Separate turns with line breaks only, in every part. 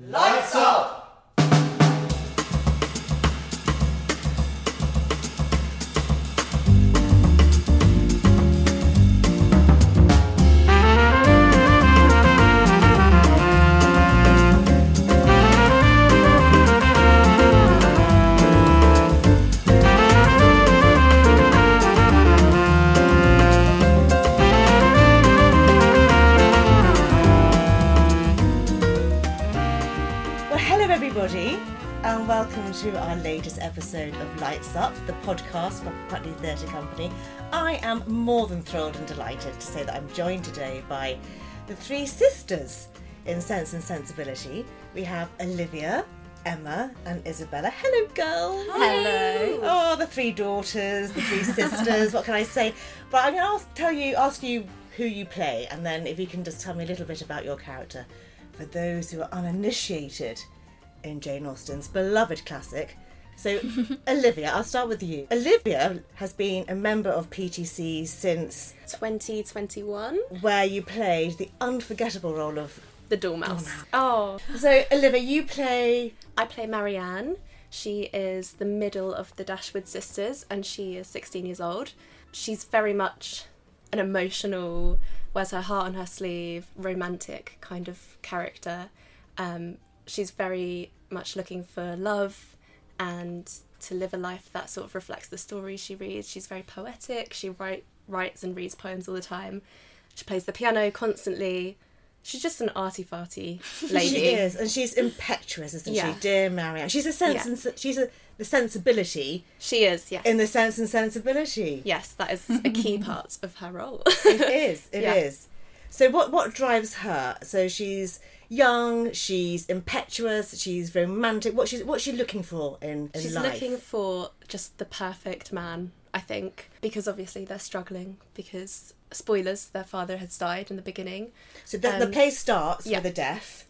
Lights up!
Well, hello everybody, and welcome to our latest episode of Lights Up, the podcast from Putney Theatre Company. I am more than thrilled and delighted to say that I'm joined today by the three sisters in Sense and Sensibility. We have Olivia, Emma, and Isabella. Hello, girls.
Hello.
Oh, the three daughters, the three sisters. What can I say? But I'm going to ask, tell you, ask you who you play, and then if you can just tell me a little bit about your character for those who are uninitiated in Jane Austen's beloved classic. So, Olivia, I'll start with you. Olivia has been a member of PTC since
2021.
where you played the unforgettable role of.
The Dormouse. Oh.
So, Olivia, you play.
I play Marianne. She is the middle of the Dashwood sisters and she is 16 years old. She's very much an emotional, wears her heart on her sleeve, romantic kind of character. Um, she's very much looking for love and to live a life that sort of reflects the stories she reads. She's very poetic. She write, writes and reads poems all the time. She plays the piano constantly. She's just an arty farty lady.
She is, and she's impetuous, isn't
Yeah.
she, dear Marianne? She's a sense,
Yeah.
and se- she's a the sensibility
She is, yes.
in the sense and sensibility.
Yes, that is a key part of her role.
It is. It is.
Yeah.
So what what drives her? So she's young, she's impetuous, she's romantic. What she's what's she looking for in, in
She's
life?
looking for just the perfect man, I think, because obviously they're struggling because spoilers, their father has died in the beginning.
so the, the
um,
play starts
yeah. Mm-hmm.
with a death,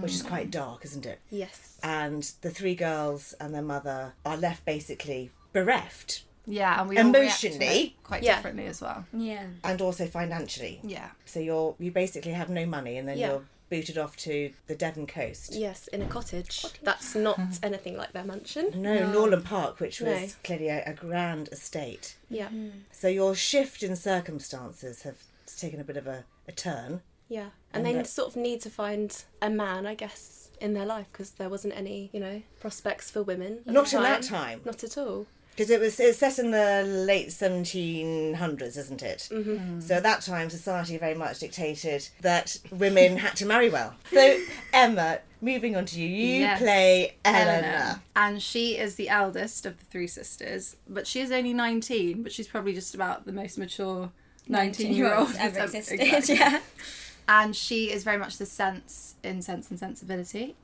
which is quite dark, isn't it?
Yes.
And the three girls and their mother are left basically bereft
Yeah, and we all react to it
Emotionally.
quite
Yeah.
differently as well.
Yeah.
and also financially.
Yeah,
So you're you basically have no money and then
Yeah.
you're booted off to the Devon coast.
Yes, in a cottage. That's not anything like their mansion.
No, Norland Park, which was
No.
clearly a, a grand estate.
Yeah.
So your shift in circumstances have taken a bit of a, a turn.
Yeah. And, they sort of need to find a man, I guess, in their life because there wasn't any, you know, prospects for women. at the
Not in that time,
Not at all.
because it was it's set in the late 1700s, isn't it? Mm-hmm. So at that time, society very much dictated that women had to marry well. So Emma, moving on to you, you
Yes.
play Eleanor.
Eleanor, Um, and she is the eldest of the three sisters, but she is only nineteen. But she's probably just about the most mature nineteen-year-old
ever existed.
Exactly.
Yeah.
and she is very much the sense in Sense and Sensibility.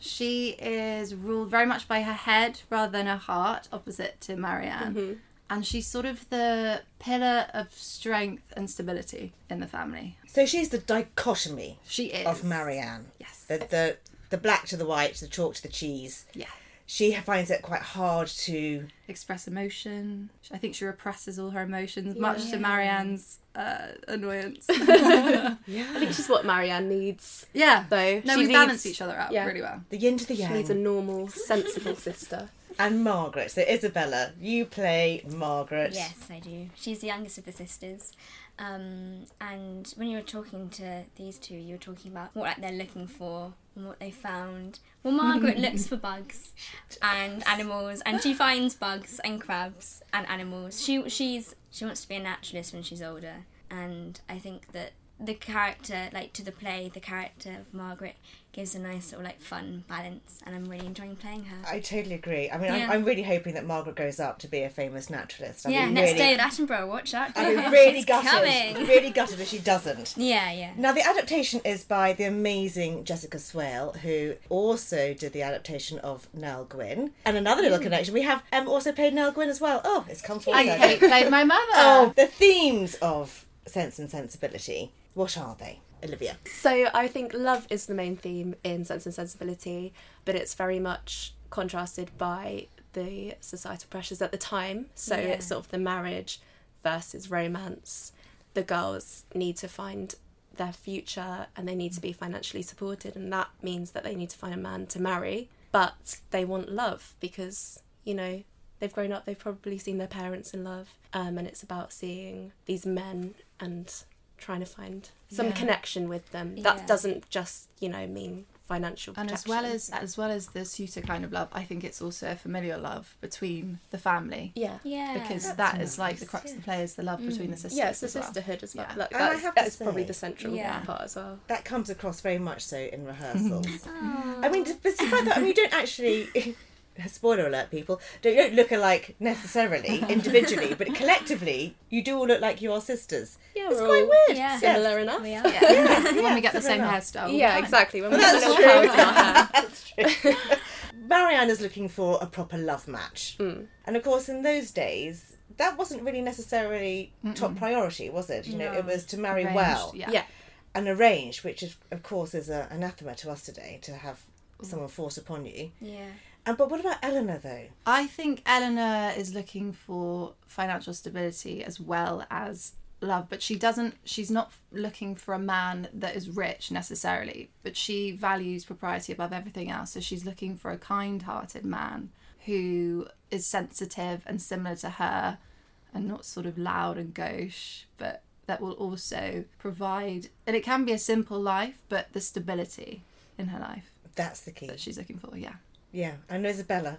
She is ruled very much by her head rather than her heart, opposite to Marianne.
Mm-hmm.
And she's sort of the pillar of strength and stability in the family.
So she's the dichotomy
She is.
of Marianne.
Yes.
The, the the black to the white, the chalk to the cheese.
Yeah.
She finds it quite hard to
express emotion. I think she represses all her emotions, much to Marianne's uh, annoyance.
I think she's what Marianne needs,
yeah,
though.
no,
She
we
needs-
balance each other out
yeah.
really well.
the yin to the yang.
She needs a normal, sensible sister.
and Margaret. So Isabella, you play Margaret.
Yes, I do. She's the youngest of the sisters. Um, and when you were talking to these two, you were talking about what like, they're looking for and what they found. Well, Margaret looks for bugs and animals, and she finds bugs and crabs and animals. She she's she wants to be a naturalist when she's older, and I think that the character, like to the play, the character of Margaret gives a nice sort of like fun balance, and I'm really enjoying playing her.
I totally agree. I mean, I'm,
Yeah.
I'm really hoping that Margaret grows up to be a famous naturalist. I'd
Yeah,
be
next
really,
day at Attenborough, watch out.
I'd be really
It's
gutted.
coming.
Really gutted if she doesn't.
Yeah, yeah.
Now, the adaptation is by the amazing Jessica Swale, who also did the adaptation of Nell Gwynn. And another little
Mm.
connection, we have um, also played Nell Gwynn as well. Oh, it's come full
And
circle.
Kate played my mother.
Oh, the themes of Sense and Sensibility. What are they, Olivia?
So I think love is the main theme in Sense and Sensibility, but it's very much contrasted by the societal pressures at the time. So
Yeah.
it's sort of the marriage versus romance. The girls need to find their future and they need to be financially supported, and that means that they need to find a man to marry. But they want love because, you know, they've grown up, they've probably seen their parents in love, um, and it's about seeing these men and trying to find some
Yeah.
connection with them. That
Yeah.
doesn't just, you know, mean financial
and as
protection. Uh,
well as as well as the suitor kind of love, I think it's also a familial love between the family
yeah.
Yeah.
because
That's
that is like the
nice,
crux of
yeah.
the play is the love between the sisters.
Yeah, it's the
as well.
sisterhood as well.
Yeah.
Like,
And I
that's
have to
that's probably
say-
the central
Yeah.
part as well.
That comes across very much so in rehearsals. I mean, but the fact that I mean, you don't actually. Spoiler alert, people! Don't, you don't look alike necessarily individually, but collectively, you do all look like you are sisters.
Yeah,
it's
we're
quite
all-
weird.
Yeah.
Similar enough.
We are.
Yeah. when we get
Yeah,
the same
similar.
hairstyle. all the
Yeah,
time.
exactly. When we
That's
have little
true.
curls in our hair.
That's true. Marianne is looking for a proper love match, and of course, in those days, that wasn't really necessarily top priority, was it? You know, it was to marry
Arranged,
well
Yeah.
Yeah.
and arranged, which is, of course is a, anathema to us today to have
Mm.
someone forced upon you.
Yeah.
And but what about Eleanor though?
I think Eleanor is looking for financial stability as well as love, but she doesn't, she's not looking for a man that is rich necessarily, but she values propriety above everything else. So she's looking for a kind hearted man who is sensitive and similar to her and not sort of loud and gauche, but that will also provide, and it can be a simple life, but the stability in her life
That's the key.
that she's looking for, yeah.
Yeah, and Isabella,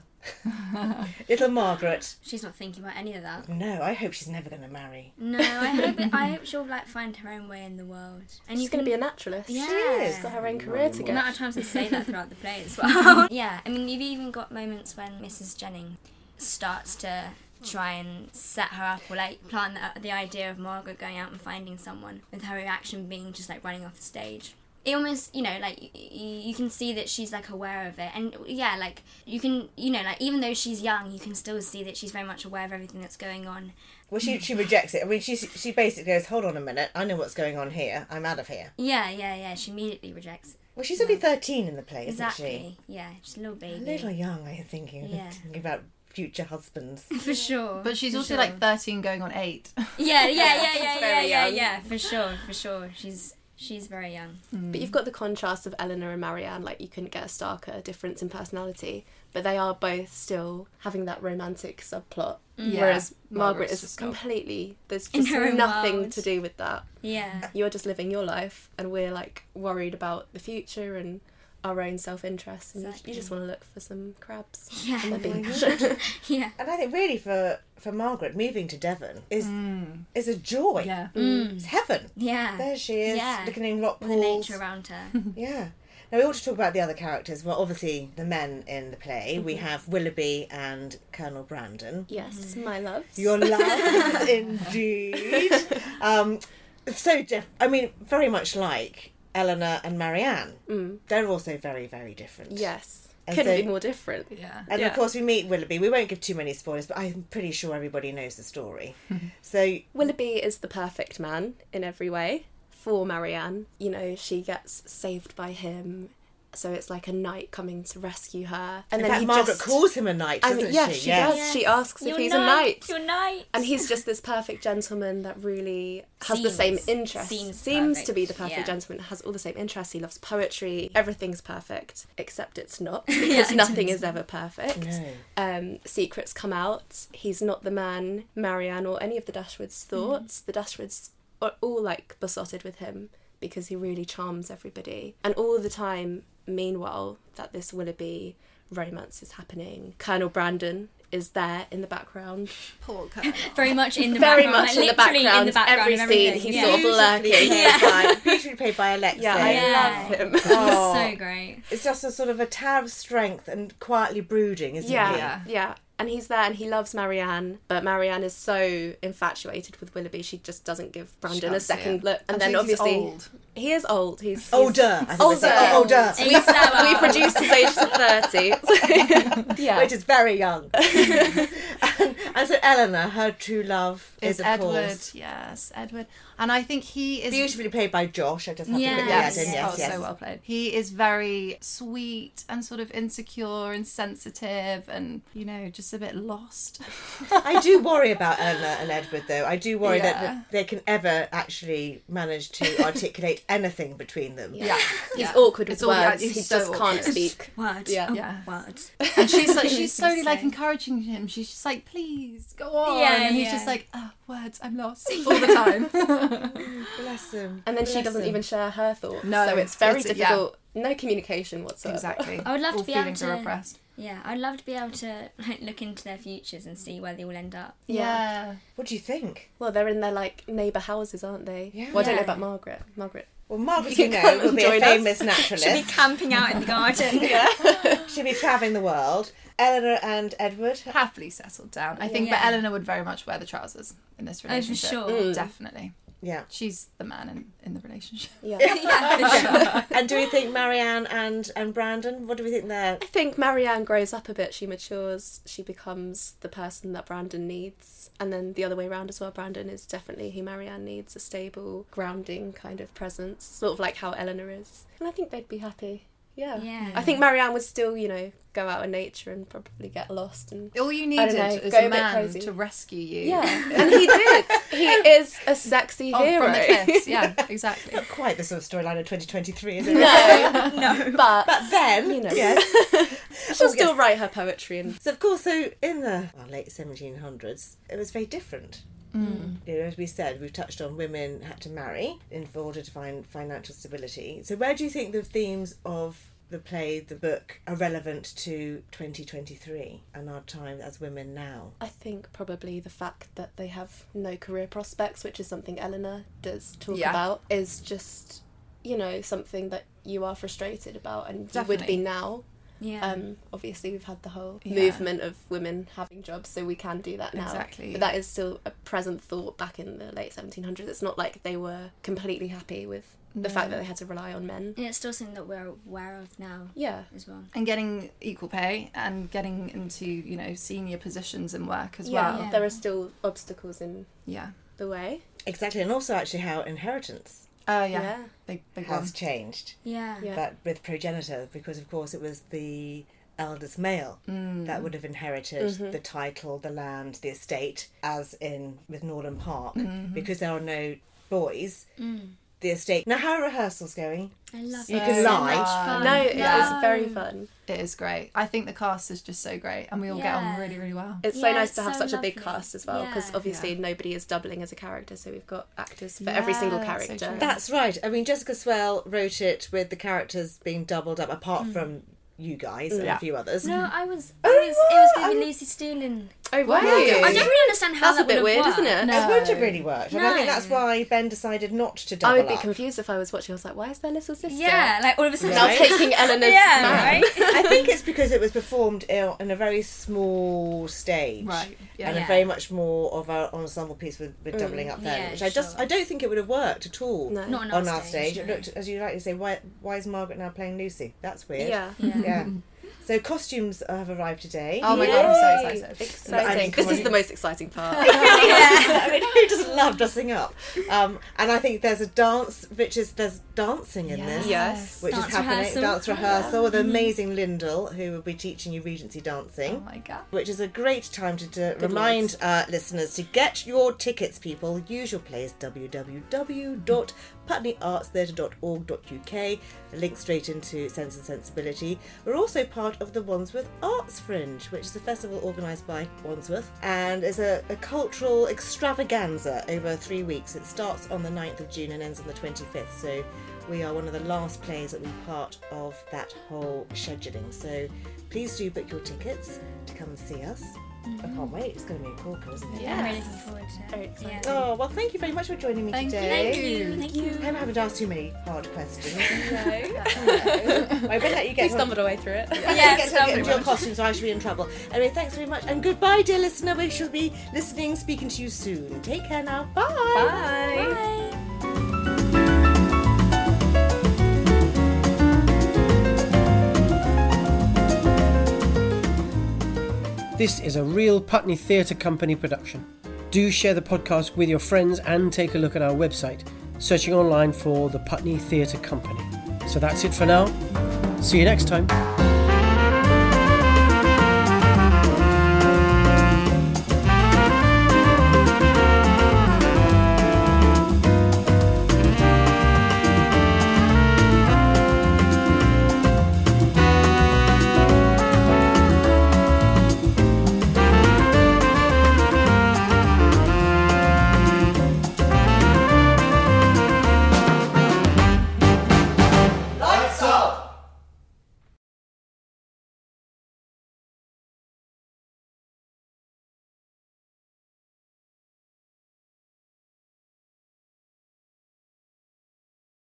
little Margaret.
She's not thinking about any of that.
No, I hope she's never going to marry.
No, I hope it, I hope she'll like find her own way in the world. And
She's
you can
going to be a naturalist.
Yeah.
She's got her own career to
The
go.
amount of times they say that throughout the play as well. yeah, I mean, you've even got moments when Mrs. Jennings starts to try and set her up or like plant the, the idea of Margaret going out and finding someone, with her reaction being just like running off the stage. It almost, you know, like you, you can see that she's like aware of it, and yeah, like you can, you know, like even though she's young, you can still see that she's very much aware of everything that's going on.
Well, she she rejects it. I mean, she she basically goes, "Hold on a minute, I know what's going on here. I'm out of here."
Yeah, yeah, yeah. She immediately rejects. it.
Well, she's only thirteen in the play, isn't
Exactly. Yeah, she's a little
she? A
baby.
little young, I'm thinking.
Yeah.
Thinking about future husbands.
For sure.
But she's
for
also
sure.
like 13 going on 8.
Yeah, yeah, yeah, yeah,
She's
yeah,
very
yeah,
young.
yeah, for sure, for sure. She's she's very young.
But you've got the contrast of Eleanor and Marianne, like you couldn't get a starker difference in personality, but they are both still having that romantic subplot.
Yeah.
Whereas Margaret
Margaret's
is
just got-
completely, there's
In
just
her own
nothing
world.
to do with that.
Yeah,
You're just living your life, and we're like worried about the future and our own self interest, and you-
Exactly.
you just want to look for some crabs on the
yeah,
beach.
yeah.
And I think really for for Margaret, moving to Devon is
Mm.
is a joy.
Yeah.
It's heaven.
Yeah.
There she is,
Yeah.
looking in rock
With the
pools.
nature around her.
Yeah. Now we ought to talk about the other characters. Well, obviously the men in the play. We
Mm-hmm.
have Willoughby and Colonel Brandon.
yes, my loves.
Your love, indeed. Um, so, diff- I mean, very much like Eleanor and Marianne. Mm. They're also very, very different.
Yes.
And
Couldn't
so-
be more different.
Yeah.
And of
Yeah.
course, we meet Willoughby. We won't give too many spoilers, but I'm pretty sure everybody knows the story. so,
Willoughby is the perfect man in every way for Marianne. You know, she gets saved by him, so it's like a knight coming to rescue her. And
in fact,
he
Margaret
just-
calls him a knight,
I
doesn't
mean, yeah,
she?
she does. Yes, she asks if
Your
he's a knight.
Your knight.
And he's just this perfect gentleman that really has the
Seems-
same interests.
seems
to be the
perfect,
perfect
yeah.
gentleman, has all the same interests. He loves poetry. Everything's perfect, except it's not
Yeah,
because
it
nothing
turns
is ever perfect.
No.
Um, secrets come out. He's not the man Marianne or any of the
Mm.
Dashwoods thought. The Dashwoods are all like besotted with him because he really charms everybody. And all the time, meanwhile, that this Willoughby romance is happening, Colonel Brandon is there in the background
Poor Colonel.
very much in the
very
background.
much
like,
in the
literally
background,
in the background
every
of
scene
everything.
he's
yeah.
sort of
Beautifully
lurking.
played by, beautifully played by Alexei.
Yeah, I
Yeah.
love him.
Oh,
so great.
It's just a sort of a tower of strength and quietly brooding, isn't
Yeah,
it?
yeah, And he's there, and he loves Marianne, but Marianne is so infatuated with Willoughby, she just doesn't give Brandon a
can't see
second
it.
look. And
And
then
she's
obviously
old.
he is old. He's he's-
Older. I think they say,
Older.
oh, older.
He's so
We've
well.
reduced his age to thirty. yeah,
which is very young. and, And so Eleanor, her true love is,
Is
of
Edward.
course
Yes, Edward. And I think he is
beautifully played by Josh. I just have to put that
Yes.
Yes,
in. Yes,
oh,
yes.
so well played. He is very sweet and sort of insecure and sensitive and, you know, just a bit lost.
I do worry about Eleanor and Edward, though. I do worry
Yeah.
that they can ever actually manage to articulate anything between them.
Yeah.
He's
yeah.
awkward with
It's all- yeah,
words.
he's
he
so
just can't
awkward.
speak.
Word.
Yeah.
Oh,
Yeah.
Word.
And she's like,
Makes me
she's slowly like
so-
encouraging him. She's just like, please go on.
Yeah,
and he's
yeah.
just like, oh, words, I'm lost all the time.
Bless them.
And then she
Bless
doesn't
them.
even share her thoughts.
No,
so it's very
it's- yeah.
difficult. No communication whatsoever.
exactly.
I would love
all
to be able
feelings
to-
are repressed.
Yeah, I'd love to be able to like look into their futures and see where they all end up.
Yeah.
What do you think?
Well, they're in their like neighbour houses, aren't they?
Yeah.
Well, I don't know
Yeah.
about Margaret. Margaret.
Well, Margaret,
You
you know,
come
will
and
be a
join us.
famous
Should be
naturalist.
camping out in the garden.
She'll be travelling the world. Eleanor and Edward.
Happily settled down. I think,
Yeah.
but Eleanor would very much wear the trousers in this
Oh, for
relationship.
sure.
Mm.
Definitely.
Yeah.
She's the man in, in the relationship.
Yeah.
yeah, for sure.
And do we think Marianne and, and Brandon? What do we think they're.
I think Marianne grows up a bit. She matures. She becomes the person that Brandon needs. And then the other way around as well. Brandon is definitely who Marianne needs a stable, grounding kind of presence, sort of like how Eleanor is. And I think they'd be happy. Yeah.
Yeah.
I think Marianne would still, you know, go out in nature and probably get lost and
All you
I
needed
don't know,
is
go a bit
a man
crazy.
to rescue you.
Yeah, and he did. He is a sexy
Oh,
hero.
from the cliffs. Yeah, exactly.
Quite the sort of storyline of 2023, is it?
no, no. But,
But then,
You know.
yes.
she'll
Oh, yes.
still write her poetry and
So of course, so in the well, late 1700s, it was very different.
Mm.
Mm.
You know, as we said, we've touched on women had to marry in order to find financial stability. So where do you think the themes of the play, the book, are relevant to 2023 and our time as women now?
I think probably the fact that they have no career prospects, which is something Eleanor does talk
Yeah.
about, is just you know something that you are frustrated about and you would
Definitely.
be now.
Yeah.
Um, obviously, we've had the whole
Yeah.
movement of women having jobs, so we can do that now.
Exactly.
But that is still a present thought back in the late 1700s. It's not like they were completely happy with the fact that they had to rely on men.
and it's still something that we're aware of now
Yeah.
as well.
And getting equal pay and getting into, you know, senior positions in work as
yeah,
well.
Yeah.
there are still obstacles in
Yeah.
the way.
Exactly, and also actually how inheritance
Oh, yeah.
Yeah.
Big, big one.
has changed,
Yeah.
Yeah.
but with progenitor, because of course it was the eldest male that would have inherited the title, the land, the estate, as in with Northern Park, because there are no boys. The estate. Now, how are rehearsals going?
I love
You
it.
can
So
lie.
much fun.
No, it
it
is
Yeah.
very fun.
It is great. I think the cast is just so great and we all get
Yeah.
on really, really well.
It's so
Yeah,
nice
it's
to have
so
such a big
lovely.
cast as well because
Yeah.
obviously nobody is doubling as a character, so we've got actors for every
Yeah,
single
that's so
character.
true.
That's right. I mean, Jessica Swell wrote it with the characters being doubled up, apart from you guys and
Yeah.
a few others.
No, I was. I
Oh,
was it was going to be Lucy Stealing.
oh wow!
I don't really understand how
That's
that
a bit
would have
weird, isn't
worked.
it?
It would have really worked. And I think
No.
that's why Ben decided not to double
I would be
up.
confused if I was watching. I was like, "Why is their little sister?"
Yeah, like all of a sudden.
now
Right.
taking Eleanor's
Yeah,
man.
right?
I think it's because it was performed in in a very small stage. and
Right. Yeah.
Yeah.
a very much more of our ensemble piece with, with doubling up then,
Yeah,
which I just
sure.
I don't think it would have worked at all
No.
Not on,
on our stage. It
no.
looked, as you rightly say, why why is Margaret now playing Lucy? That's weird.
Yeah.
Yeah.
Yeah. So costumes have arrived today.
Oh my god, I'm so
Yay.
excited.
Exciting.
I mean, come
this is
on.
the most exciting part.
I mean, who doesn't love dressing up? Um, and I think there's a dance, which is there's dancing in this.
yes.
Which
Dance
is happening
rehearsal.
dance rehearsal with amazing Lyndall, who will be teaching you Regency dancing.
Oh my god.
which is a great time to, to remind our listeners to get your tickets, people. Use your place www.putneyartstheatre.org.uk. A link straight into Sense and Sensibility. We're also part of the Wandsworth Arts Fringe, which is a festival organised by Wandsworth and is a, a cultural extravaganza over three weeks. It starts on the 9th of June and ends on the 25th, so we are one of the last plays that will be part of that whole scheduling. So please do book your tickets to come and see us. I can't wait. It's going to be a corker, isn't it?
I'm really looking forward to it.
Very exciting.
Yeah.
Oh, well, thank you very much for joining me
Thank you.
today.
Thank you. Thank you.
I hope I haven't asked too many hard questions.
no.
I better let you
We
get on-
stumbled our way through it.
Yeah,
get to
so
get into your costume, so I should be in trouble. Anyway, thanks very much, and goodbye, dear listener. We shall be listening, speaking to you soon. Take care now. Bye.
Bye.
This is a real Putney Theatre Company production. Do share the podcast with your friends and take a look at our website, searching online for the Putney Theatre Company. So that's it for now. See you next time.